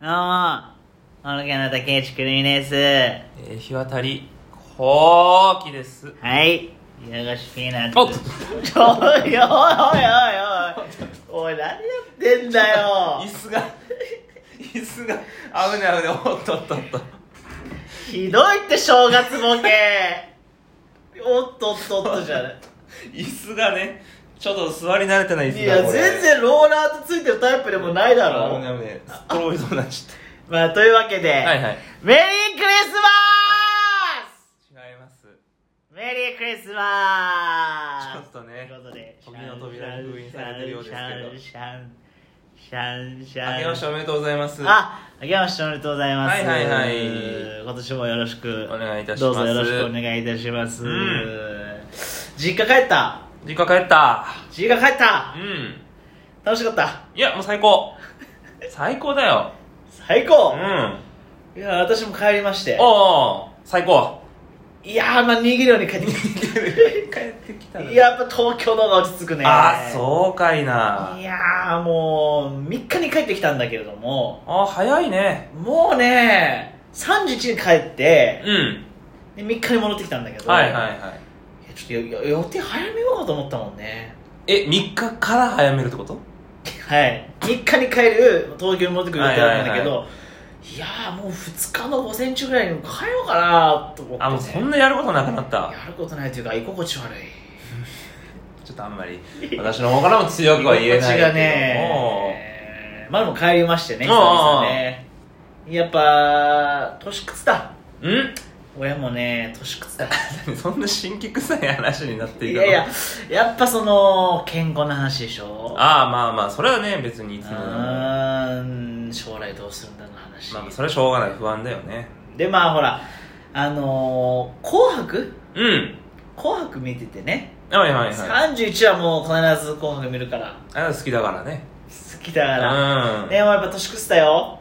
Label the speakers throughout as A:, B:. A: どうも、おのけの竹内くるみです。
B: えー、日渡りほうきです
A: はい。よろしピーナッツ。
B: おっ
A: ちょおいおいおいおいおい。おい、何やってんだよ
B: 椅。子が椅子が危ない危ないおっとっとっと
A: ひどいって正月ボケ。おっとっとっとじゃない。
B: 椅子がねちょっと座り慣れてない椅
A: い
B: 子が
A: や、
B: これ
A: 全然ローラーとついてるタイプでもないだろ
B: 危。ない危ないすっ転びそうになっちゃっ
A: まあ、というわけで、
B: たはいはい違い
A: メリークリスマス
B: ます
A: メリークリスマ
B: ちょ
A: ス
B: っとね
A: ということで、
B: 時の扉に封印されてるようですけど
A: シャンシャンシャンシャン。
B: 明けましておめでとうございます
A: あ、明けましておめでとうございます。
B: はいはいはい
A: 今年もよろしく。
B: お願いいたします
A: どうぞよろしくお願いいたします。
B: うん
A: 実家帰った
B: 実家帰った
A: 実家帰った
B: うん
A: 楽しかった
B: いやもう最高最高だよ
A: 最
B: う
A: 高、
B: ん
A: いや、私も帰りまして。
B: おうおう最高
A: いやー、まあ、逃げるように帰ってき
B: 帰ってきた
A: た。
B: ね
A: いややっぱ東京の方が落ち着くね。
B: ああそうかいない
A: やー、もう、3日に帰ってきたんだけれども、
B: あー早いね
A: もうね、31に帰って、
B: うん
A: で3日に戻ってきたんだけど、
B: はいはいはい
A: いやちょっとよ予定早めようかと思ったもんね。
B: え3日から早めるってこと
A: はい。3日に帰る、東京に戻ってくる予定だったんだけど、
B: はいい
A: やー、もう2日の午前中ぐらいにも帰ろうかなと思って、ね。
B: あもうそんなやることなくなった
A: やることないというか、居心地悪い。
B: ちょっとあんまり私の方からも強くは言えない
A: 居心
B: け
A: 地
B: ど
A: が
B: も
A: ね、まあでも帰りましてね、
B: うん
A: 久々ね。やっぱ、年屈だ。
B: うん
A: 親もね、年屈だ。
B: 何そんな神気臭い話になってい
A: い
B: く
A: やいや、やっぱその、健康な話でしょ
B: ああまあまあそれはね別にいつものまあ
A: うーん、将来どうするんだの話。
B: まあそれはしょうがない不安だよね
A: で、まあほら、あのー、紅白
B: うん
A: 紅白見ててね、
B: はいはいはい
A: 31はもう必ず紅白見るから、
B: あ好きだからね
A: 好きだ
B: う
A: から。
B: ん
A: でもやっぱ年越したよ。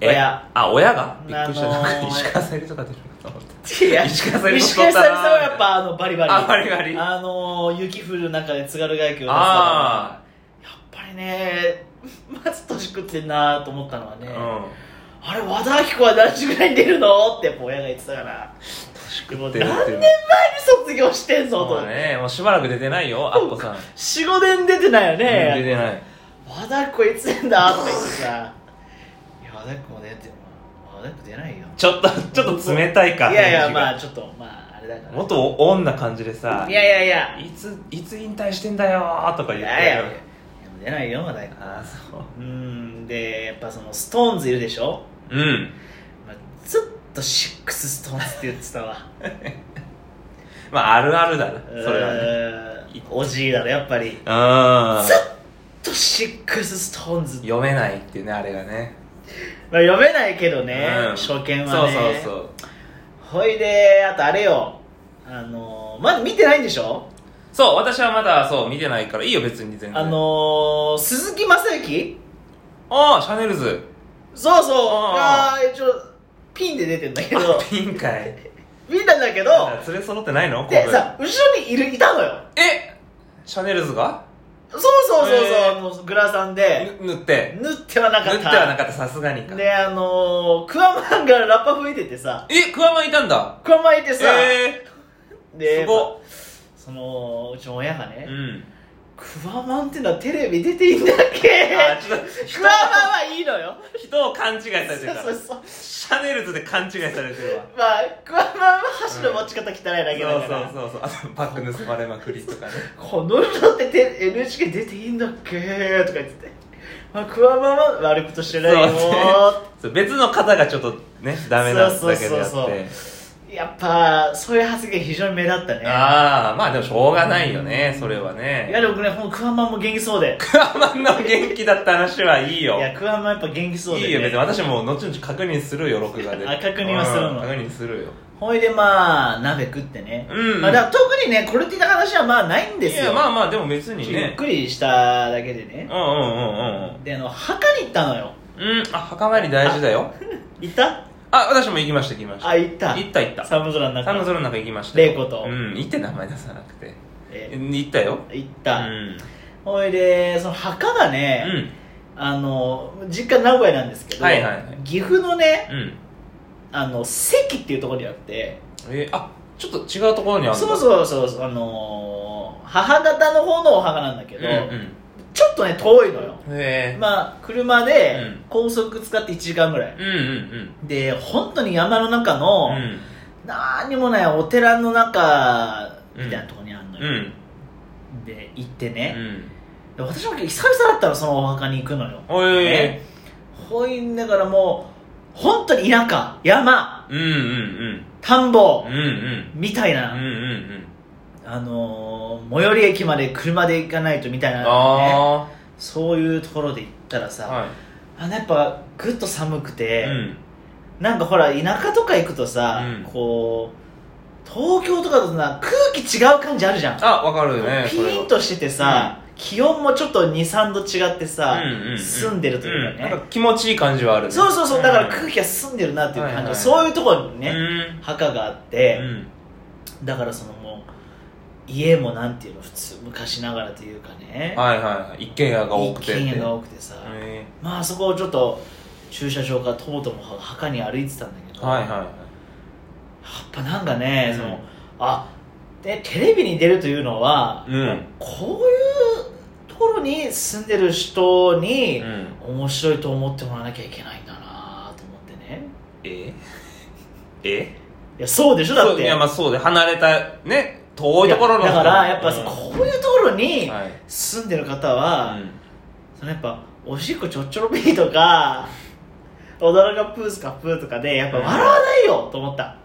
B: え
A: 親
B: あ親がびっくりした、
A: あのー
B: なんか 石川さゆりとか出 るかと思って
A: いや
B: 石川さゆりも
A: 石川
B: 太
A: さ
B: った
A: ゆり
B: な
A: さんはやっぱあのバリバリ。
B: あバリバリ
A: あのー、雪降る中で津軽海峡を出すから
B: あ
A: やっぱりね、まず年食ってんなと思ったのはね、
B: あ
A: あれ和田アキ子は何時ぐらいに出るのってやっぱ親が言ってたから
B: うん
A: もう
B: 出る
A: 何
B: って
A: 年
B: い
A: 前
B: う
A: に卒業してんぞ
B: そう
A: と、
B: だねもうしばらく出てないよあっこさん、
A: 45年出てないよ
B: うん出
A: ね
B: てない
A: 和田アキ子いつ出んだとか言ってさいや和田アキ子も出ても和田アキ子出ないよ
B: ちょっとちょっと冷たいか
A: いやいや
B: 返事が
A: まあちょっとまああれだから
B: もっとおオンな感じでさ
A: いやいやいやい
B: いついつ引退してんだよーとか言
A: や
B: っ
A: い
B: て
A: やいや出ないよ和田アキ子
B: ああそう
A: ーんでやっぱそのストーンズいるでしょ、
B: ううん
A: まあ、ずっとシックスストーンズって言ってたわ
B: まああるあるだなそれはね
A: うーんおじいだろやっぱり
B: う
A: ずっ
B: ー
A: とシックスストーンズ
B: ん読めないっていうねあれがね
A: まあ、読めないけどね、
B: うん
A: 初見はね
B: そうそうそう
A: ほいであとあれよあのー、まだ見てないんでしょ
B: そう私はまだそう見てないからいいよ別に全然
A: あのー、鈴木雅之
B: ああシャネルズ
A: そうそう
B: あ
A: あー一応ピンで出てんだけど
B: ピンかい
A: 見たんだけど
B: 連れ揃ってないの
A: で
B: 神戸
A: さ後ろにいるいたのよ
B: えシャネルズが
A: そうそうそうそう、
B: えー
A: もうグラサンで
B: ぬ塗って
A: 塗ってはなかっ
B: 塗って
A: た
B: はなかったさすがにか
A: であのー、クワマンがラッパ吹いててさ
B: えクワマンいたんだ
A: クワマンいてさ、
B: え
A: で
B: ー、すごっ
A: そのうちの親がね、
B: うん
A: クワマンってのはテレビ出ていいんだっけ
B: あちょっと
A: クワマンはいいのよ
B: 人を勘違いされて
A: そう
B: るか
A: そう
B: ら
A: そう
B: シャネルズで勘違いされてるわ
A: まあクワマンは箸の持ち方汚いだけだから、
B: そうそうそうそうあとバッグ盗まれまくりとかね
A: この人ってて NHK 出ていいんだっけとか言ってて、まあ、クワマンは悪いことしてないよ
B: そうそう別の方がちょっとねダメなだけ
A: そ
B: であ
A: うそうそう
B: って
A: やっぱそういう発言非常に目立ったね
B: ああまあでもしょうがないよねそれはい
A: や
B: ね
A: でもねほんとクワマンも元気そうで
B: クワマンの元気だった話はいい
A: い
B: よ
A: やクワマンやっぱ元気そうで、ね、
B: いいよ別に私もう後々確認するよ録画で
A: あ確認はするの
B: うん確認するよ
A: ほいでまあ鍋食ってね、
B: うん
A: まあ、だから特にねこれっていった話はまあないんですよ
B: いやまあまあでも別に
A: ゆっ
B: ね
A: くりしただけでね
B: うんうんうんうん
A: であの墓に行ったのよ
B: うんうんあ墓参り大事だよ
A: 行った
B: あ私も行きました行きました
A: あ行った
B: 行った行った
A: 寒空の中
B: サムゾルの中行きました
A: 玲子と
B: うん行って名前出さなくて
A: え
B: 行ったよ
A: 行っ
B: う
A: た、
B: ん
A: ほいでその墓が
B: う
A: ね、
B: ん
A: あの実家名古屋なんですけど、
B: はいはいはい
A: 岐阜のね
B: うん
A: あの関っていうところにあって
B: えー、あちょっと違うところにあるんだ
A: そうそうそうそうあのー母方の方のお墓なんだけ
B: うん
A: ど、
B: うん
A: ちょっとね遠いのよ
B: へえ
A: まあ車で
B: うん
A: 高速使って1時間ぐらい、
B: うんうん
A: で本当に山の中
B: う
A: の、
B: んうん
A: 何にもないお寺の中みたいなところにあるの
B: う
A: よ、
B: ん
A: で行って
B: う
A: ね、
B: ん
A: で私も久々だったのそのお墓に行くのよ、
B: おい
A: ねほいんだからもう本当に田舎山
B: うんうん
A: 田んぼ
B: うんうんうん
A: みたい
B: うん
A: な、
B: うんうん
A: あのー最寄り駅まで車で行かないとみたいな、ね、
B: あ
A: そういうところで行ったら
B: あ
A: さ、
B: は
A: あのやっぱぐっと寒く
B: い
A: て、
B: うん
A: なんかほら田舎とか行くとさ、
B: うん
A: こう東京とかだとな空気違う感じあるじゃん
B: あわかるね
A: ピーンとしててさ、気温もちょっと23度違って
B: そ
A: さ、
B: れはうんうんうん
A: 澄んでるというかね
B: んなんか気持ちいい感じはあるね
A: そうそうそうだから空
B: 気
A: 気が澄んでるなっていう感じ、
B: はいはい
A: そういうところに
B: ね
A: ね、墓があって
B: う、ん
A: だからそのもう家もなんていうの普通昔ながらというかね、
B: はいはい一軒家が多くて
A: 一軒家が
B: 多く
A: 多くてさ、
B: て
A: まあそこをちょっと駐車場からともとも墓に歩いてたんだけど、
B: はい
A: やっ
B: は
A: ぱなんかね、
B: うん、
A: そのあでテレビに出るというのはい
B: うん
A: こういうところに住んでる人に、
B: うん
A: 面白いと思ってもらわなきゃいけないんだなと思ってね
B: ええ
A: いやそうでしょだ
B: そ
A: っ
B: う
A: て
B: いやまあそうで離れたね遠いところの
A: いやだからやっぱ、
B: うん
A: こういうところに
B: はい
A: 住んでる方は、
B: うん
A: そのやっぱおしっこちょっちょろピーとかおどろがプースかプーとかでやっぱ笑わないよと思った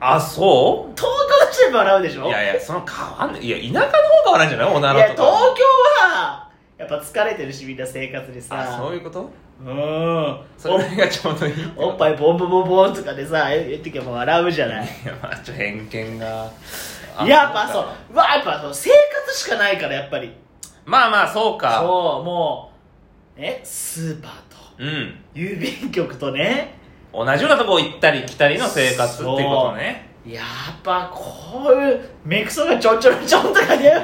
B: あそう
A: 東京だとやっぱ笑うでしょ
B: いやいやその変わんないいや田舎の方が笑いんじゃないおな
A: い
B: ら
A: や東
B: と
A: 京
B: か
A: はやっぱ疲れてるしみんな生活に
B: あ
A: さ
B: そういうこと
A: うん
B: それがちょうどいいってこと
A: おおっぱいボンボンボンボンとかでさ言ってきゃもう笑うじゃない
B: いやまあちょっと偏見が
A: やっぱそううわやっぱそう生活しかないからやっぱり
B: まあまあそうか
A: そうもうえスーパーと
B: うん
A: 郵便局とね
B: 同じようなとこ行ったり来たりの生活っていうことね
A: やっぱこういうめくそがちょんちょんちょんとかね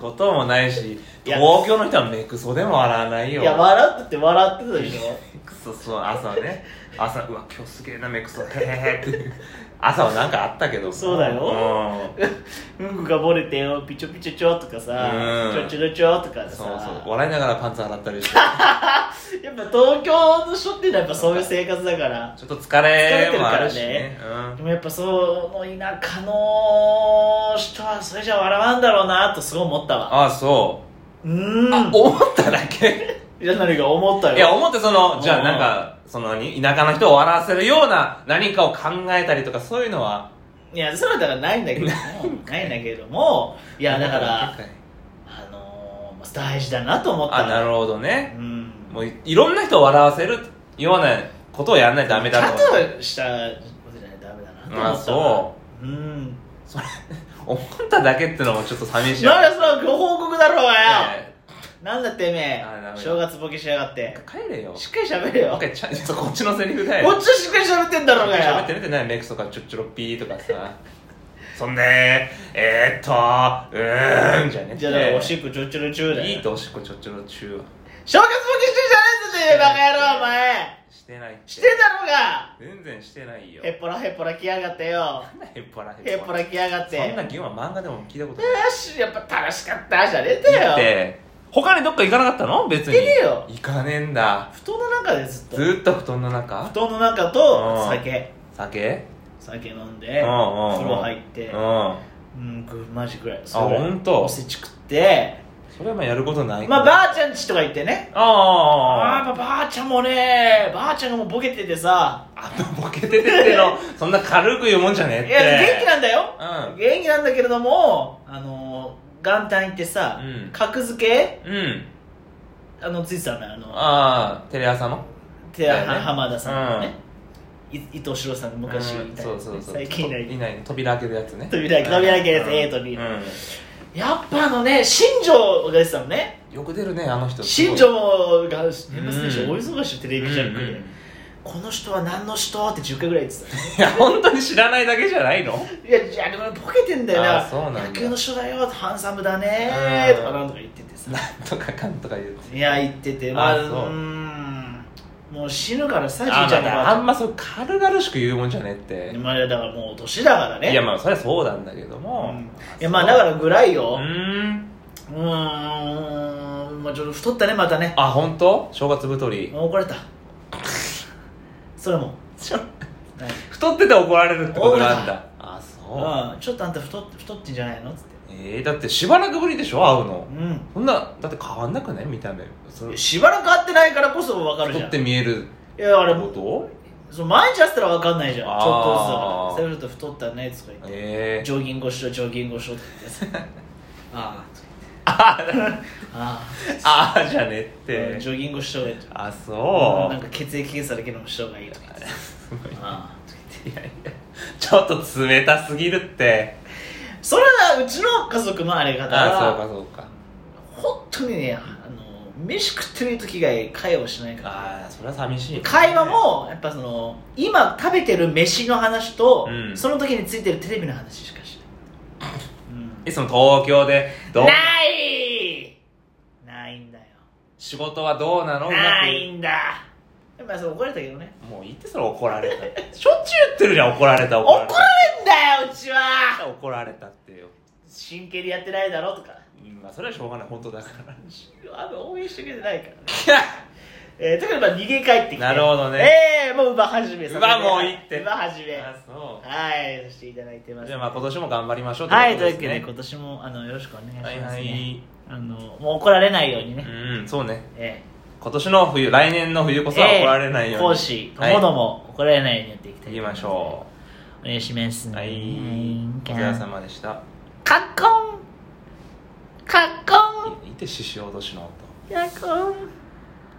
B: こともないし
A: いや
B: 東京の人はめくそでも笑わない
A: い
B: よ
A: や笑ってて笑ってたでし
B: めくそそう朝ね朝うわ今日すげえなめくそへへへって朝はなんかあったけど
A: そうだよ
B: うん
A: ょうんこが漏れてよピチョピチョチョとかさ
B: うん
A: ちょんちょんちょんとかさ
B: そうそう笑いながらパンツ洗っ たりして
A: やっぱ東京の人っていうのはやっぱそういう生活だから
B: ちょっと疲れもあるし
A: 疲れて
B: ね
A: る
B: うん
A: でもやっぱその田舎の人はそれじゃ笑わんだろうなとすごい思ったわ
B: ああそう
A: うーん
B: あ思っただけ
A: いや何か思ったよ
B: いや思ってそのじゃ
A: う
B: あ
A: ん
B: なんかその何田舎の人を笑わせるような何かを考えたりとかそういうのはい
A: やそれはだからないんだけど もないんだけれどもい
B: い
A: やだからあのー、大事だなと思った
B: あなるほどね
A: うん
B: もういいろんな人を笑わせるようなことをやらないとダメだと
A: ちゃんとしたことじゃないとダメだなと思ったわ
B: あそう
A: うん
B: それ思っただけってのもちょっと寂しい
A: なんだそのご報告だろうがよ
B: いやい
A: なんだてめ
B: あダメ
A: え
B: だ
A: 正月ボケしやがって
B: や帰れよ
A: しっかり喋れよ
B: オッケーちゃん そうこっちのセリフだよ
A: こっちはしっかり喋ってんだろうが
B: 喋って
A: よ
B: 出てないメイクとかちょっちょろピーとかさそんでえー、っとうーんじゃね
A: じゃあだからおしっこちょっちょろ中だよ
B: いいとおしっこちょっちょろ中は
A: 正月ボケしてんじゃねえんだてめえバカ野郎お前
B: してないって
A: してんだろうが
B: 全然してないよ
A: へっぽらへっぽら来やがってよ
B: そんなへっぽら
A: へっぽら来やがって
B: そんな疑問は漫画でも聞いたことない
A: よしやっぱ楽しかったじゃねえんだよ
B: って他にどっか行かなかったの別に
A: 行ってねえよ
B: 行かねえんだ
A: 布団の中でずっと
B: ずーっと布団の中
A: 布団の中と
B: うん
A: 酒
B: 酒
A: 酒飲んで風
B: うんうんうん
A: 呂入っ
B: うん
A: てうんぐマジぐらい
B: あほんと
A: おせち食って
B: それはまあやることないか
A: ま
B: ら
A: あばあちゃんちとか行ってねあー
B: あーあーあー
A: やっぱばあちゃんもねばあちゃんがもうボケててさ
B: あのボケててってのそんな軽く言うもんじゃねえっ
A: い
B: て
A: や元気なんだよ
B: うん
A: 元気なんだけれどもあのー元旦行ってさ
B: うん
A: 格付け
B: うん
A: あのついてたんだよあの
B: ああテレ朝の
A: 手
B: だよね
A: 浜田さんのねい伊藤四郎さんの昔
B: う
A: み
B: ん
A: たいな
B: そう
A: ね
B: そうそう
A: 最近いない
B: いない扉開けるやつね
A: 扉開け扉開けるやつ
B: うん
A: ええと B の
B: うん
A: やっぱあのね新庄が出てたのね
B: よく出るねあの人
A: 新庄が年末年始
B: うん
A: 大忙しいテレビジャックで、
B: うんうん
A: この人は何の人って10回ぐらい言ってた
B: いや本当に知らないだけじゃないの
A: いや、じゃあでもボケてんだよ
B: あーそうなんだ
A: 野球の人だよ、ハンサムだね
B: うん
A: ーとか なんとか言っててさ。
B: なんとかかんとか言って
A: いや、言ってて、まあ、
B: あ
A: う
B: ーそう
A: ーん。もう死ぬからさ、じいちゃ
B: あ
A: ん
B: ま
A: と
B: ああ
A: ば
B: んまそう軽々しく言うもんじゃねえって
A: あちゃん。まあ、だからもう年だからね。
B: いやまあそれはそうなんだけども、
A: うんいやまあだからぐらいよ
B: う。ーん
A: うーん。まあちょっと太ったね、またね。
B: あ本当正月太り
A: 怒られた。それも。
B: ちょ
A: はい
B: 太ってて怒られるってことなんだあそう
A: うん、ちょっとあんた太っ太ってんじゃないのっつって。
B: えー、だってしばらくぶりでしょ会うの
A: う
B: そんなだって変わんなくない見た目それ
A: ん。しばらく会ってないからこそ分かるじ
B: 太
A: ゃん。
B: って見える
A: いや、あれ、
B: こと
A: その毎日会ってたら分かんないじゃんちょ
B: あ
A: っ
B: ー
A: とずつだからそれちょっと太ったねとか言って
B: え
A: ジョギングしろジョギングしろって言ってあああ
B: えああじゃねっ
A: あ
B: て
A: ジョギングしろがいいと
B: あ
A: か
B: そう
A: なんか血液検査だけでもしろがいいとか言って
B: すごい
A: ああ
B: いやいやちょっと冷たすぎるって
A: それはうちの家族のあれ
B: あ
A: 方
B: あ
A: は
B: そうかそうか
A: 本当にねあの飯食ってる時以外会話をしないから
B: ああそれは寂しいね
A: 会話もやっぱその今食べてる飯の話と、
B: うん
A: その時についてるテレビの話しかしない、うん
B: えその東京でどう
A: ないないんだよ
B: 仕事はどうなのうまく
A: ないんだやっぱそう怒られたけどね
B: もう言ってそれ怒られたしょっちゅう言ってるじゃん怒られた怒
A: 怒ら
B: られた
A: れんだようちは
B: 怒られたってよ、
A: 真剣にやってないだろとか
B: うんまあ、それはしょうがない本当だから
A: あの応援してくれて ないからね、えー、とにかくまあ逃げ帰ってきて
B: なるほどね
A: ええもう馬始め
B: 乳母もういいって
A: 馬始め
B: あそ
A: はいさせていただいてま
B: う
A: す
B: じゃあまあ今年も頑張りましょう
A: はい
B: こ
A: いう
B: とで
A: わ
B: す
A: けで今年もあのよろしくお願いします、
B: は
A: ね
B: いはい
A: あのもう怒られないようにね、
B: うんそうね
A: え
B: 今年の冬来年の冬こ
A: え
B: そは怒られないように、
A: 講師ともども怒られないようにやっていきた
B: 言
A: い
B: いましょ
A: お願いします
B: う
A: ね
B: はいお疲れ様でした
A: カッコンカッコン
B: いいって獅子落としの音
A: カッコン